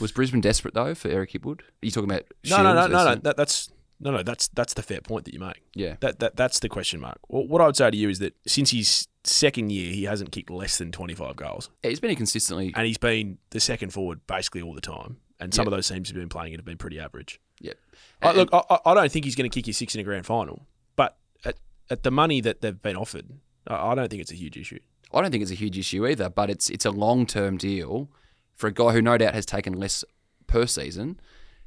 S2: Was Brisbane desperate though for Eric Hipwood? Are you talking about?
S1: No, no, no,
S2: Shields
S1: no, no.
S2: versus-
S1: That, that's no, no. That's that's the fair point that you make.
S2: Yeah.
S1: That that that's the question mark. Well, what I would say to you is that since his second year, he hasn't kicked less than twenty five goals,
S2: Yeah, he's been inconsistently.
S1: and he's been the second forward basically all the time. And some
S2: Yeah.
S1: of those teams have been playing it have been pretty average.
S2: Yep.
S1: I, Oh, look, I, I- I don't think he's going to kick you six in a grand final, but at, at the money that they've been offered, I, I don't think it's a huge issue.
S2: I don't think it's a huge issue either, but it's it's a long term deal for a guy who no doubt has taken less per season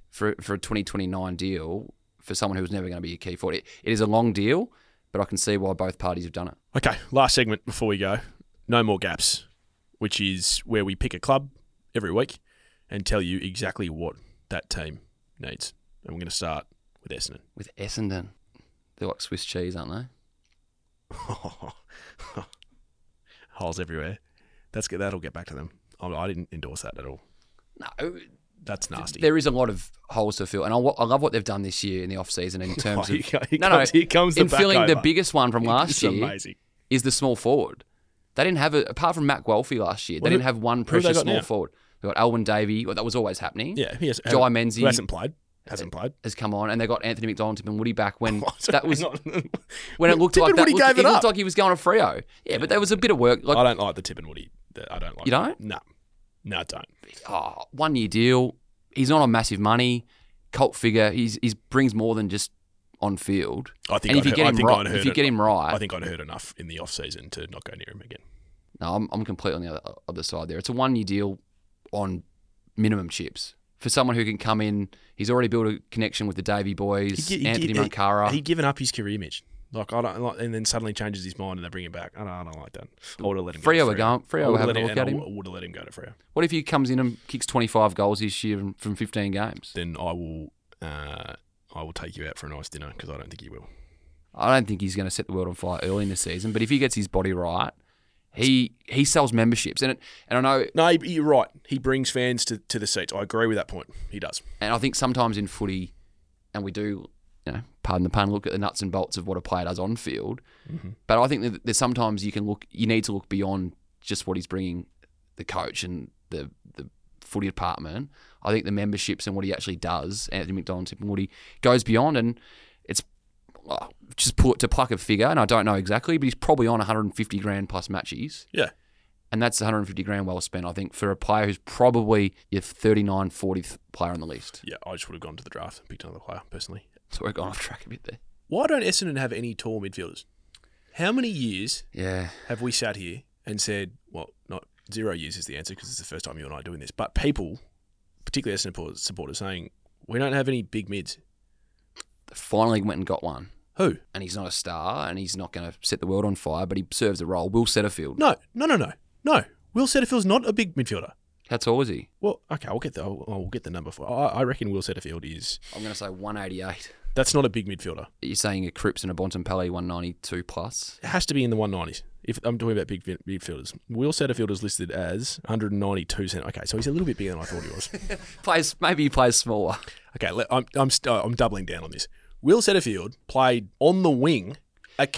S2: for for a 2029 deal for someone who's never going to be a key forward. It, it is a long deal, but I can see why both parties have done it.
S1: Okay, last segment before we go. No more gaps, which is where we pick a club every week and tell you exactly what that team needs. And we're going to start with Essendon.
S2: With Essendon, they're like Swiss cheese, aren't they?
S1: Holes everywhere. That's good. That'll get back to them. I, I didn't endorse that at all.
S2: No,
S1: That's nasty.
S2: there is a lot of holes to fill, and I, wa- I love what they've done this year in the off season in terms
S1: Here
S2: of
S1: co- here comes- here comes the
S2: in filling the
S1: backover.
S2: biggest one from last
S1: It's
S2: year
S1: amazing.
S2: is the small forward. They didn't have a, apart from Matt Guelphy last year.
S1: Well,
S2: they
S1: who-
S2: didn't have
S1: who
S2: one
S1: have they
S2: precious
S1: got
S2: small
S1: now?
S2: forward. They got Alwyn Davey. Well, that was always happening.
S1: Yeah, he has, uh,
S2: Jai
S1: who
S2: Menzies
S1: hasn't played. Hasn't played.
S2: has come on, and they got Anthony McDonald, Tip and Woody back when that was
S1: Hang on.
S2: when it looked
S1: Tip
S2: like
S1: and
S2: that
S1: Woody
S2: looked,
S1: gave it
S2: looked
S1: up.
S2: like he was going to Frio. Yeah, but there was a bit of work.
S1: I
S2: Like
S1: don't like the Tip and Woody. The- I don't like.
S2: You don't?
S1: No, no, I don't.
S2: oh, one year deal. He's not on massive money. Cult figure. He's he brings more than just on field.
S1: I think
S2: and if
S1: I'd
S2: you
S1: heard-
S2: get
S1: I
S2: him
S1: think
S2: right,
S1: I'd
S2: if
S1: heard
S2: you
S1: it.
S2: get him right,
S1: I think I'd heard enough in the off season to not go near him again.
S2: No, I'm, I'm completely on the other, other side there. It's a one year deal on minimum chips for someone who can come in. He's already built a connection with the Davy boys,
S1: gi-
S2: Anthony
S1: gi-
S2: Mankara.
S1: He, given up his career image. Like I don't, like, and then suddenly changes his mind and they bring him back. I don't, I don't like that. I would have let him.
S2: Freo
S1: go
S2: were
S1: to
S2: going- Freo
S1: I
S2: were
S1: would've
S2: having
S1: let
S2: a look
S1: and
S2: at
S1: I
S2: him.
S1: would have let him go to Freo.
S2: what if he comes in and kicks 25 goals this year from- from 15 games?
S1: Then I will, uh, I will take you out for a nice dinner because I don't think he will.
S2: I don't think he's going to set the world on fire early in the season, but if he gets his body right, he he sells memberships. And it, and I know
S1: No, he- you're right. He brings fans to, to the seats. I agree with that point. He does.
S2: And I think sometimes in footy, and we do, you know, pardon the pun, look at the nuts and bolts of what a player does on field. But I think that there's sometimes you can look, you need to look beyond just what he's bringing the coach and the the footy department. I think the memberships and what he actually does, Anthony McDonald, Tip and Woody, goes beyond, and it's well, just put to pluck a figure, and I don't know exactly, but he's probably on 150 grand plus matches
S1: Yeah.
S2: and that's 150 grand well spent, I think, for a player who's probably your 39, 40th player on the list.
S1: Yeah, I just would have gone to the draft and picked another player personally.
S2: So we're going off track a bit there.
S1: Why don't Essendon have any tall midfielders? How many years
S2: Yeah.
S1: have we sat here and said, well, not zero years is the answer because it's the first time you and I are doing this, but people, particularly Essendon supporters, supporters saying, we don't have any big mids.
S2: Finally went and got one.
S1: Who?
S2: And he's not a star and he's not going to set the world on fire, but he serves a role. Will Setterfield.
S1: No, no, no, no, no. Will Setterfield's not a big midfielder.
S2: How tall is he?
S1: Well, okay, I'll get the I'll, I'll get the number for. I, I reckon Will Setterfield is.
S2: I'm going to say 188.
S1: That's not a big midfielder.
S2: You're saying a Cripps and a Bontempelli 192 plus?
S1: It has to be in the 190s. If I'm talking about big mid- midfielders, Will Setterfield is listed as 192 cent. Okay, so he's a little bit bigger than I thought he was.
S2: Plays Maybe he plays smaller.
S1: Okay, let, I'm I'm st- uh, I'm doubling down on this. Will Setterfield played on the wing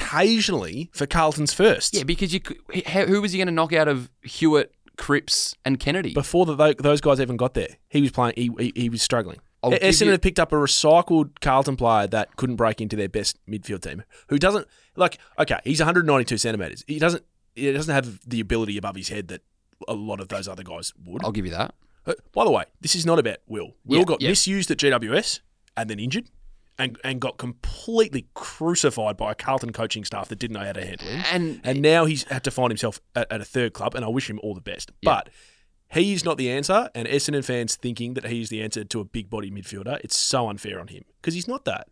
S1: occasionally for Carlton's first.
S2: Yeah, because you could, he- who was he going to knock out of Hewitt, Cripps, and Kennedy?
S1: Before the, tho- those guys even got there, he was playing. He he, he was struggling.
S2: I'll give
S1: Essendon
S2: you-
S1: have picked up a recycled Carlton player that couldn't break into their best midfield team, who doesn't like. Okay, he's 192 centimeters. He doesn't. He doesn't have the ability above his head that a lot of those other guys would.
S2: I'll give you that.
S1: Uh, By the way, this is not about Will. Will
S2: Yeah,
S1: got
S2: yeah.
S1: misused at GWS and then injured, and and got completely crucified by a Carlton coaching staff that didn't know how to handle him.
S2: And
S1: And now he's had to find himself at, at a third club, and I wish him all the best. But he is not the answer, and Essendon fans thinking that he is the answer to a big body midfielder, it's so unfair on him because he's not that.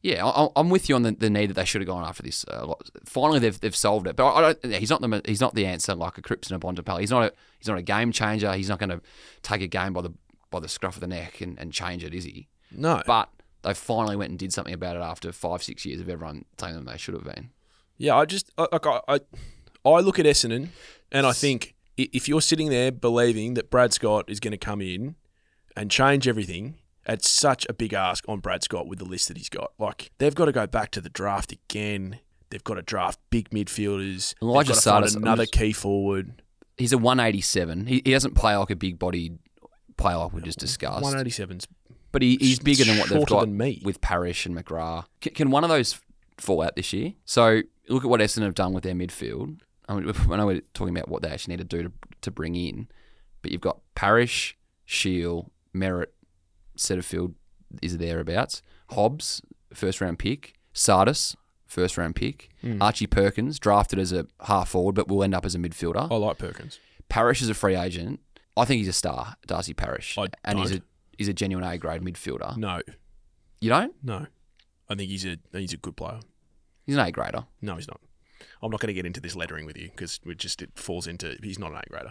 S2: Yeah, I, I'm with you on the, the need that they should have gone after this. Uh, lot. Finally, they've, they've solved it. But I, I don't, he's not the he's not the answer like a Cripps and a Bontempelli. He's not a he's not a game changer. He's not going to take a game by the by the scruff of the neck and, and change it, is he?
S1: No.
S2: But they finally went and did something about it after five six years of everyone telling them they should have been.
S1: Yeah, I just I- like I, I, I look at Essendon and I think i- if you're sitting there believing that Brad Scott is going to come in and change everything It's such a big ask on Brad Scott with the list that he's got. Like, they've got to go back to the draft again. They've got to draft big midfielders. They've
S2: Elijah
S1: got to find
S2: Sardes- I'm
S1: another
S2: just-
S1: key forward.
S2: He's a 187. He, he doesn't play like a big bodied player like we just discussed.
S1: 187's
S2: But he, he's
S1: Sh-
S2: bigger than what they've
S1: shorter
S2: got
S1: than me.
S2: with Parrish and McGrath. Can, can one of those fall out this year? So look at what Essendon have done with their midfield. I, mean, I know we're talking about what they actually need to do to, to bring in, but you've got Parrish, Shield, Merritt, Setterfield is thereabouts, Hobbs, first round pick, Sardis, first round pick,
S1: Hmm.
S2: Archie Perkins, drafted as a half forward but will end up as a midfielder.
S1: I like Perkins.
S2: Parrish is a free agent. I think he's a star, Darcy Parrish,
S1: I
S2: and he's a
S1: don't.
S2: he's a genuine A grade midfielder.
S1: No,
S2: You don't?
S1: no. I think he's a he's a good player.
S2: He's an A grader.
S1: No, he's not. I'm not going to get into this lettering with you because it just it falls into he's not an A grader.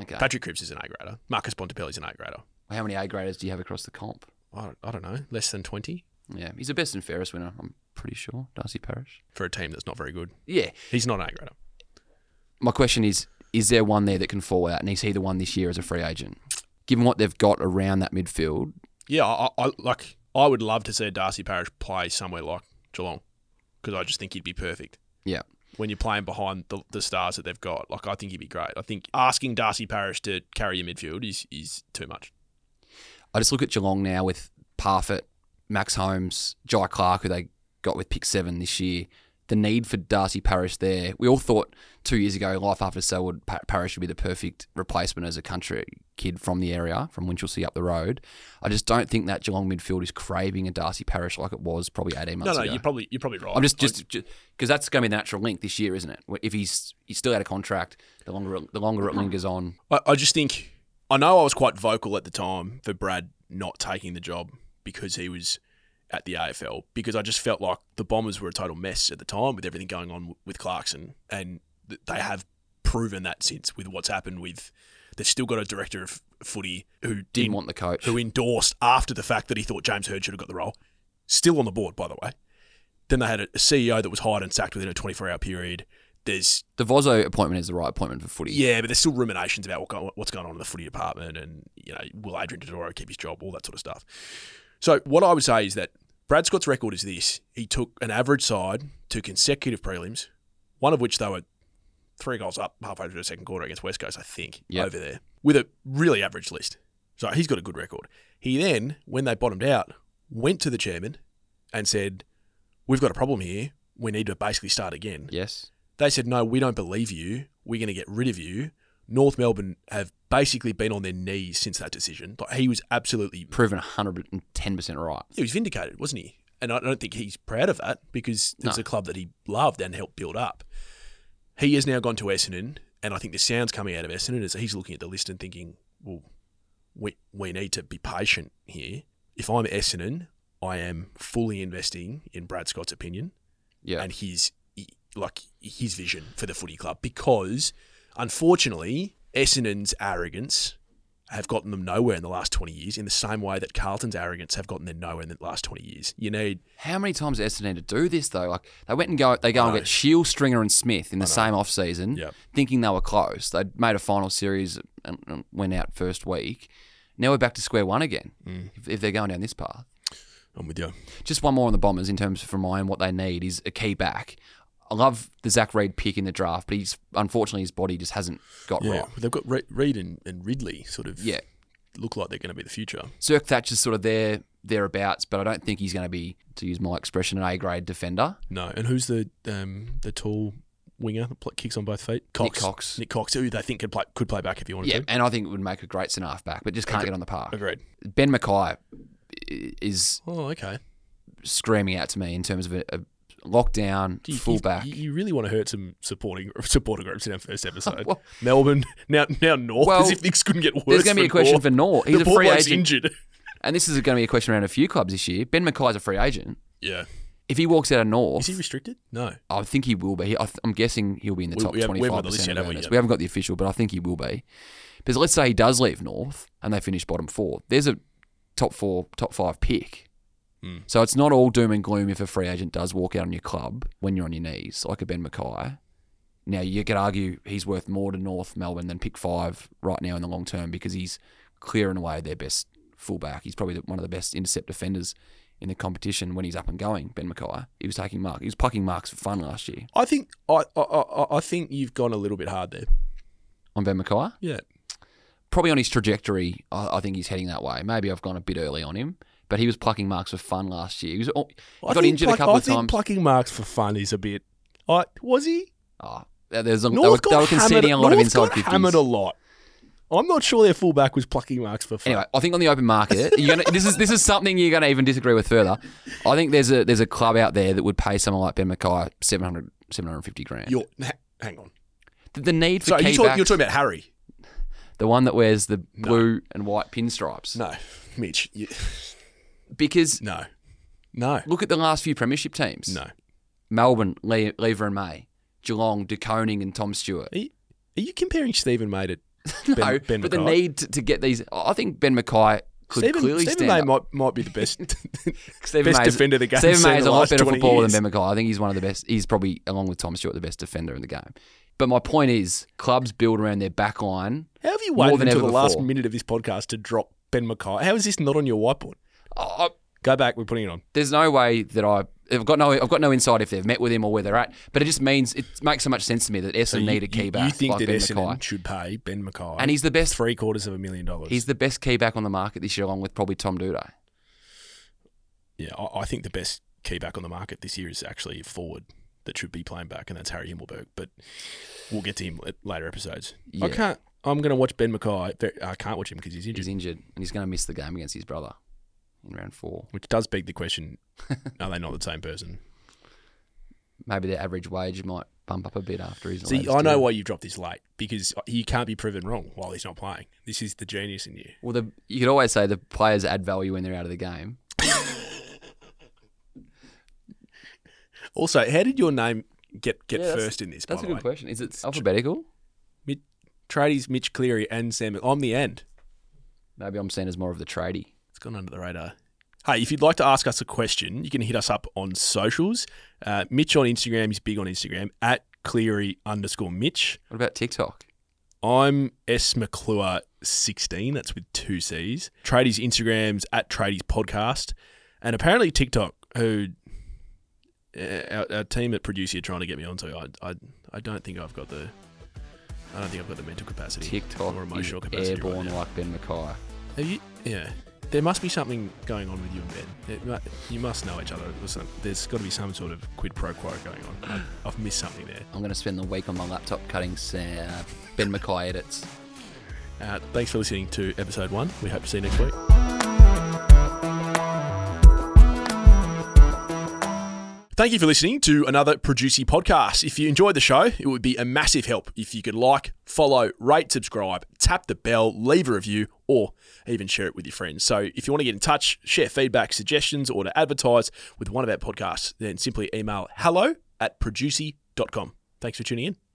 S2: Okay.
S1: Patrick Cripps is an A grader. Marcus Bontempelli's an A grader.
S2: How many A graders do you have across the comp?
S1: I don't, I don't know, less than 20
S2: Yeah, he's a best and fairest winner. I'm pretty sure Darcy Parrish.
S1: for a team that's not very good.
S2: Yeah.
S1: He's not an A grader.
S2: My question is: Is there one there that can fall out, and is he the one this year as a free agent? Given what they've got around that midfield,
S1: Yeah, I, I like. I would love to see Darcy Parish play somewhere like Geelong because I just think he'd be perfect
S2: yeah,
S1: when you're playing behind the, the stars that they've got. Like, I think he'd be great. I think asking Darcy Parish to carry your midfield is is too much.
S2: I just look at Geelong now with Parfitt, Max Holmes, Jai Clark, who they got with pick seven this year. The need for Darcy Parish there. We all thought two years ago, life after Selwood, Pa- Parish would be the perfect replacement as a country kid from the area, from Winchelsea up the road. I just don't think that Geelong midfield is craving a Darcy Parish like it was probably 18
S1: No,
S2: months
S1: no,
S2: ago.
S1: you're probably you're probably right.
S2: I'm just
S1: I-
S2: just because that's going to be the natural link this year, isn't it? If he's he's still out of contract, the longer it- the longer it lingers on.
S1: I, I just think I know I was quite vocal at the time for Brad not taking the job because he was at the AFL because I just felt like the Bombers were a total mess at the time with everything going on with Clarkson and th- they have proven that since with what's happened with they've still got a director of footy who
S2: Didn't
S1: en-
S2: want the coach.
S1: who endorsed after the fact that he thought James Heard should have got the role still on the board by the way then they had a CEO that was hired and sacked within a 24 hour period there's
S2: The Vozo appointment is the right appointment for footy.
S1: yeah, but there's still ruminations about what go- what's going on in the footy department and, you know, will Adrian Dodoro keep his job, all that sort of stuff. So, what I would say is that Brad Scott's record is this he took an average side to consecutive prelims, one of which they were three goals up halfway through the second quarter against West Coast, I think,
S2: Yep.
S1: over there, with a really average list. So, he's got a good record. He then, when they bottomed out, went to the chairman and said, We've got a problem here. We need to basically start again
S2: Yes.
S1: they said, no, we don't believe you. We're going to get rid of you. North Melbourne have basically been on their knees since that decision. Like, he was absolutely,
S2: proven 110% right.
S1: he was vindicated, wasn't he? And I don't think he's proud of that because it's
S2: No.
S1: a club that he loved and helped build up. He has now gone to Essendon, and I think the sounds coming out of Essendon is he's looking at the list and thinking, well, we, we need to be patient here. If I'm Essendon, I am fully investing in Brad Scott's opinion
S2: Yeah.
S1: and his like his vision for the footy club because unfortunately Essendon's arrogance have gotten them nowhere in the last 20 years in the same way that Carlton's arrogance have gotten them nowhere in the last 20 years. You need
S2: How many times has Essendon had to do this though? Like they went and go, they go and get Shield, Stringer, and Smith in the same off season,
S1: Yep.
S2: thinking they were close. They would made a final series and, and went out first week. Now we're back to square one again.
S1: Mm.
S2: If, if they're going down this path,
S1: I'm with you.
S2: just one more on the Bombers in terms of from mine. What they need is a key back. I love the Zach Reed pick in the draft, but he's unfortunately his body just hasn't got
S1: Yeah.
S2: right.
S1: They've got Re- Reed and, and Ridley sort of
S2: Yeah,
S1: look like they're going to be the future.
S2: Zirk Thatcher's sort of there thereabouts, but I don't think he's going to be, to use my expression, an A grade defender.
S1: No. And who's the um, the tall winger that pl- kicks on both feet? Cox.
S2: Cox.
S1: Nick Cox, who they think could play could play back if you wanted
S2: Yeah,
S1: to.
S2: and I think it would make a great centre half back, but just can't get on the park.
S1: Agreed.
S2: Ben Mackay is
S1: Oh, okay.
S2: screaming out to me in terms of a, a lockdown
S1: Do you-
S2: fullback.
S1: You, you really want to hurt some supporting supporter groups in our first episode.
S2: Well-
S1: Melbourne now now North
S2: Well,
S1: as if things couldn't get worse.
S2: there's going to be a question for North. He's
S1: the
S2: a
S1: poor
S2: free
S1: bloke's
S2: agent,
S1: Injured.
S2: and this is going to be a question around a few clubs this year. Ben Mackay's a free agent.
S1: Yeah.
S2: If he walks out of
S1: Is
S2: North,
S1: he restricted? No.
S2: I think he will be. He- I th- I'm guessing he'll be in the
S1: We-
S2: top
S1: we haven't- we haven't got
S2: 25
S1: the list
S2: percent
S1: yet,
S2: of
S1: have we,
S2: earners.
S1: yet?
S2: We haven't got the official, but I think he will be. Because let's say he does leave North and they finish bottom four. There's a top four, top five pick.
S1: Hmm.
S2: So it's not all doom and gloom if a free agent does walk out on your club when you're on your knees, like a Ben Mackay. Now you could argue he's worth more to North Melbourne than pick five right now in the long term because he's clearing away their best fullback. He's probably the- one of the best intercept defenders in the competition when he's up and going. Ben Mackay. He was taking mark. He was pucking marks for fun last year
S1: I think I, I I I think you've gone a little bit hard there.
S2: on Ben Mackay.
S1: Yeah.
S2: Probably on his trajectory, I, I think he's heading that way. Maybe I've gone a bit early on him, but he was plucking marks for fun last year. He was all, he got injured a couple
S1: I
S2: of
S1: think
S2: times.
S1: plucking marks for fun is a bit. I was he?
S2: Oh, there's a, they, were,
S1: North
S2: they were
S1: got hammered.
S2: conceding a lot
S1: North
S2: of inside
S1: got
S2: 50s.
S1: hammered a lot. I'm not sure their fullback was plucking marks for fun.
S2: Anyway, I think on the open market, you're gonna, this is this is something you're going to even disagree with further. I think there's a there's a club out there that would pay someone like Ben Mackay 700, 750 grand.
S1: You're, ha- hang on.
S2: the, the need for
S1: So
S2: key
S1: you talk,
S2: backs-
S1: you're talking about Harry?
S2: the one that wears the blue and white pinstripes
S1: No, Mitch. You,
S2: because
S1: no, no,
S2: look at the last few premiership teams.
S1: no. Are
S2: Melbourne, Le- Lever and May, Geelong, De Koning and Tom Stewart.
S1: you, are you comparing Stephen May to
S2: No,
S1: Ben, ben
S2: but the
S1: Mackay?
S2: need to, to get these, I think Ben Mackay could
S1: Stephen,
S2: clearly
S1: Stephen
S2: stand
S1: May
S2: up.
S1: might, might be the best.
S2: Stephen
S1: Best
S2: May's-
S1: defender the game's
S2: Stephen
S1: seen
S2: May
S1: in
S2: is
S1: the
S2: a lot
S1: last
S2: better
S1: 20
S2: footballer than
S1: years.
S2: Ben McKay. I think he's one of the best. He's probably, along with Tom Stewart, the best defender in the game. But my point is, clubs build around their back line.
S1: How have you
S2: More
S1: waited
S2: than
S1: until the
S2: ever
S1: last
S2: before.
S1: minute of this podcast to drop Ben Mackay? How is this not on your whiteboard?
S2: I- I-
S1: Go back. We're putting it on.
S2: there's no way that I. I've got no, I've got no insight if they've met with him or where they're at, but it just means it makes so much sense to me that Essendon
S1: you,
S2: need a key
S1: you-
S2: back
S1: You think
S2: like
S1: that
S2: Ben
S1: Essendon
S2: Mackay.
S1: should pay Ben Mackay?
S2: and he's the best.
S1: three quarters of a million dollars.
S2: He's the best key back on the market this year, along with probably Tom Duda.
S1: yeah. I, I think the best key back on the market this year is actually a forward that should be playing back, and that's Harry Himmelberg. But we'll get to him at later episodes. I
S2: Yeah.
S1: can't. I'm going to watch Ben Mackay. Ver- I can't watch him because he's injured,
S2: He's injured and he's going to miss the game against his brother in round four.
S1: which does beg the question: Are they not the same person?
S2: Maybe their average wage might bump up a bit after he's.
S1: See, I know why you've dropped this late because you can't be proven wrong while he's not playing. This is the genius in you.
S2: Well, the, you could always say the players add value when they're out of the game.
S1: Also, how did your name get get first in this?
S2: That's
S1: by
S2: a
S1: the
S2: good
S1: way?
S2: question. Is it alphabetical?
S1: Mid- tradies Mitch Cleary and Sam. I'm the end.
S2: Maybe I'm seen as more of the tradie.
S1: It's gone under the radar. Hey, if you'd like to ask us a question, you can hit us up on socials. Uh, Mitch on Instagram. He's big on Instagram at Cleary underscore Mitch.
S2: What about TikTok?
S1: I'm S McClure sixteen. That's with two C's. Tradies Instagrams at Tradies Podcast, and apparently TikTok. Who uh, our, our team at Producer are trying to get me onto. I, I I don't think I've got the. I don't think I've got the mental capacity
S2: TikTok
S1: or
S2: is
S1: emotional capacity. right
S2: airborne
S1: now.
S2: like Ben Mackay.
S1: Have you? Yeah. There must be something going on with you and Ben. It, mu- you must know each other. Or something. There's got to be some sort of quid pro quo going on. I've, I've missed something there.
S2: I'm going to spend the week on my laptop cutting uh, Ben Mackay edits.
S1: Uh, thanks for listening to episode one. We hope to see you next week. Thank you for listening to another Producy podcast. If you enjoyed the show, it would be a massive help if you could like, follow, rate, subscribe, tap the bell, leave a review, or even share it with your friends. So if you want to get in touch, share feedback, suggestions, or to advertise with one of our podcasts, then simply email hello at producy.com. Thanks for tuning in.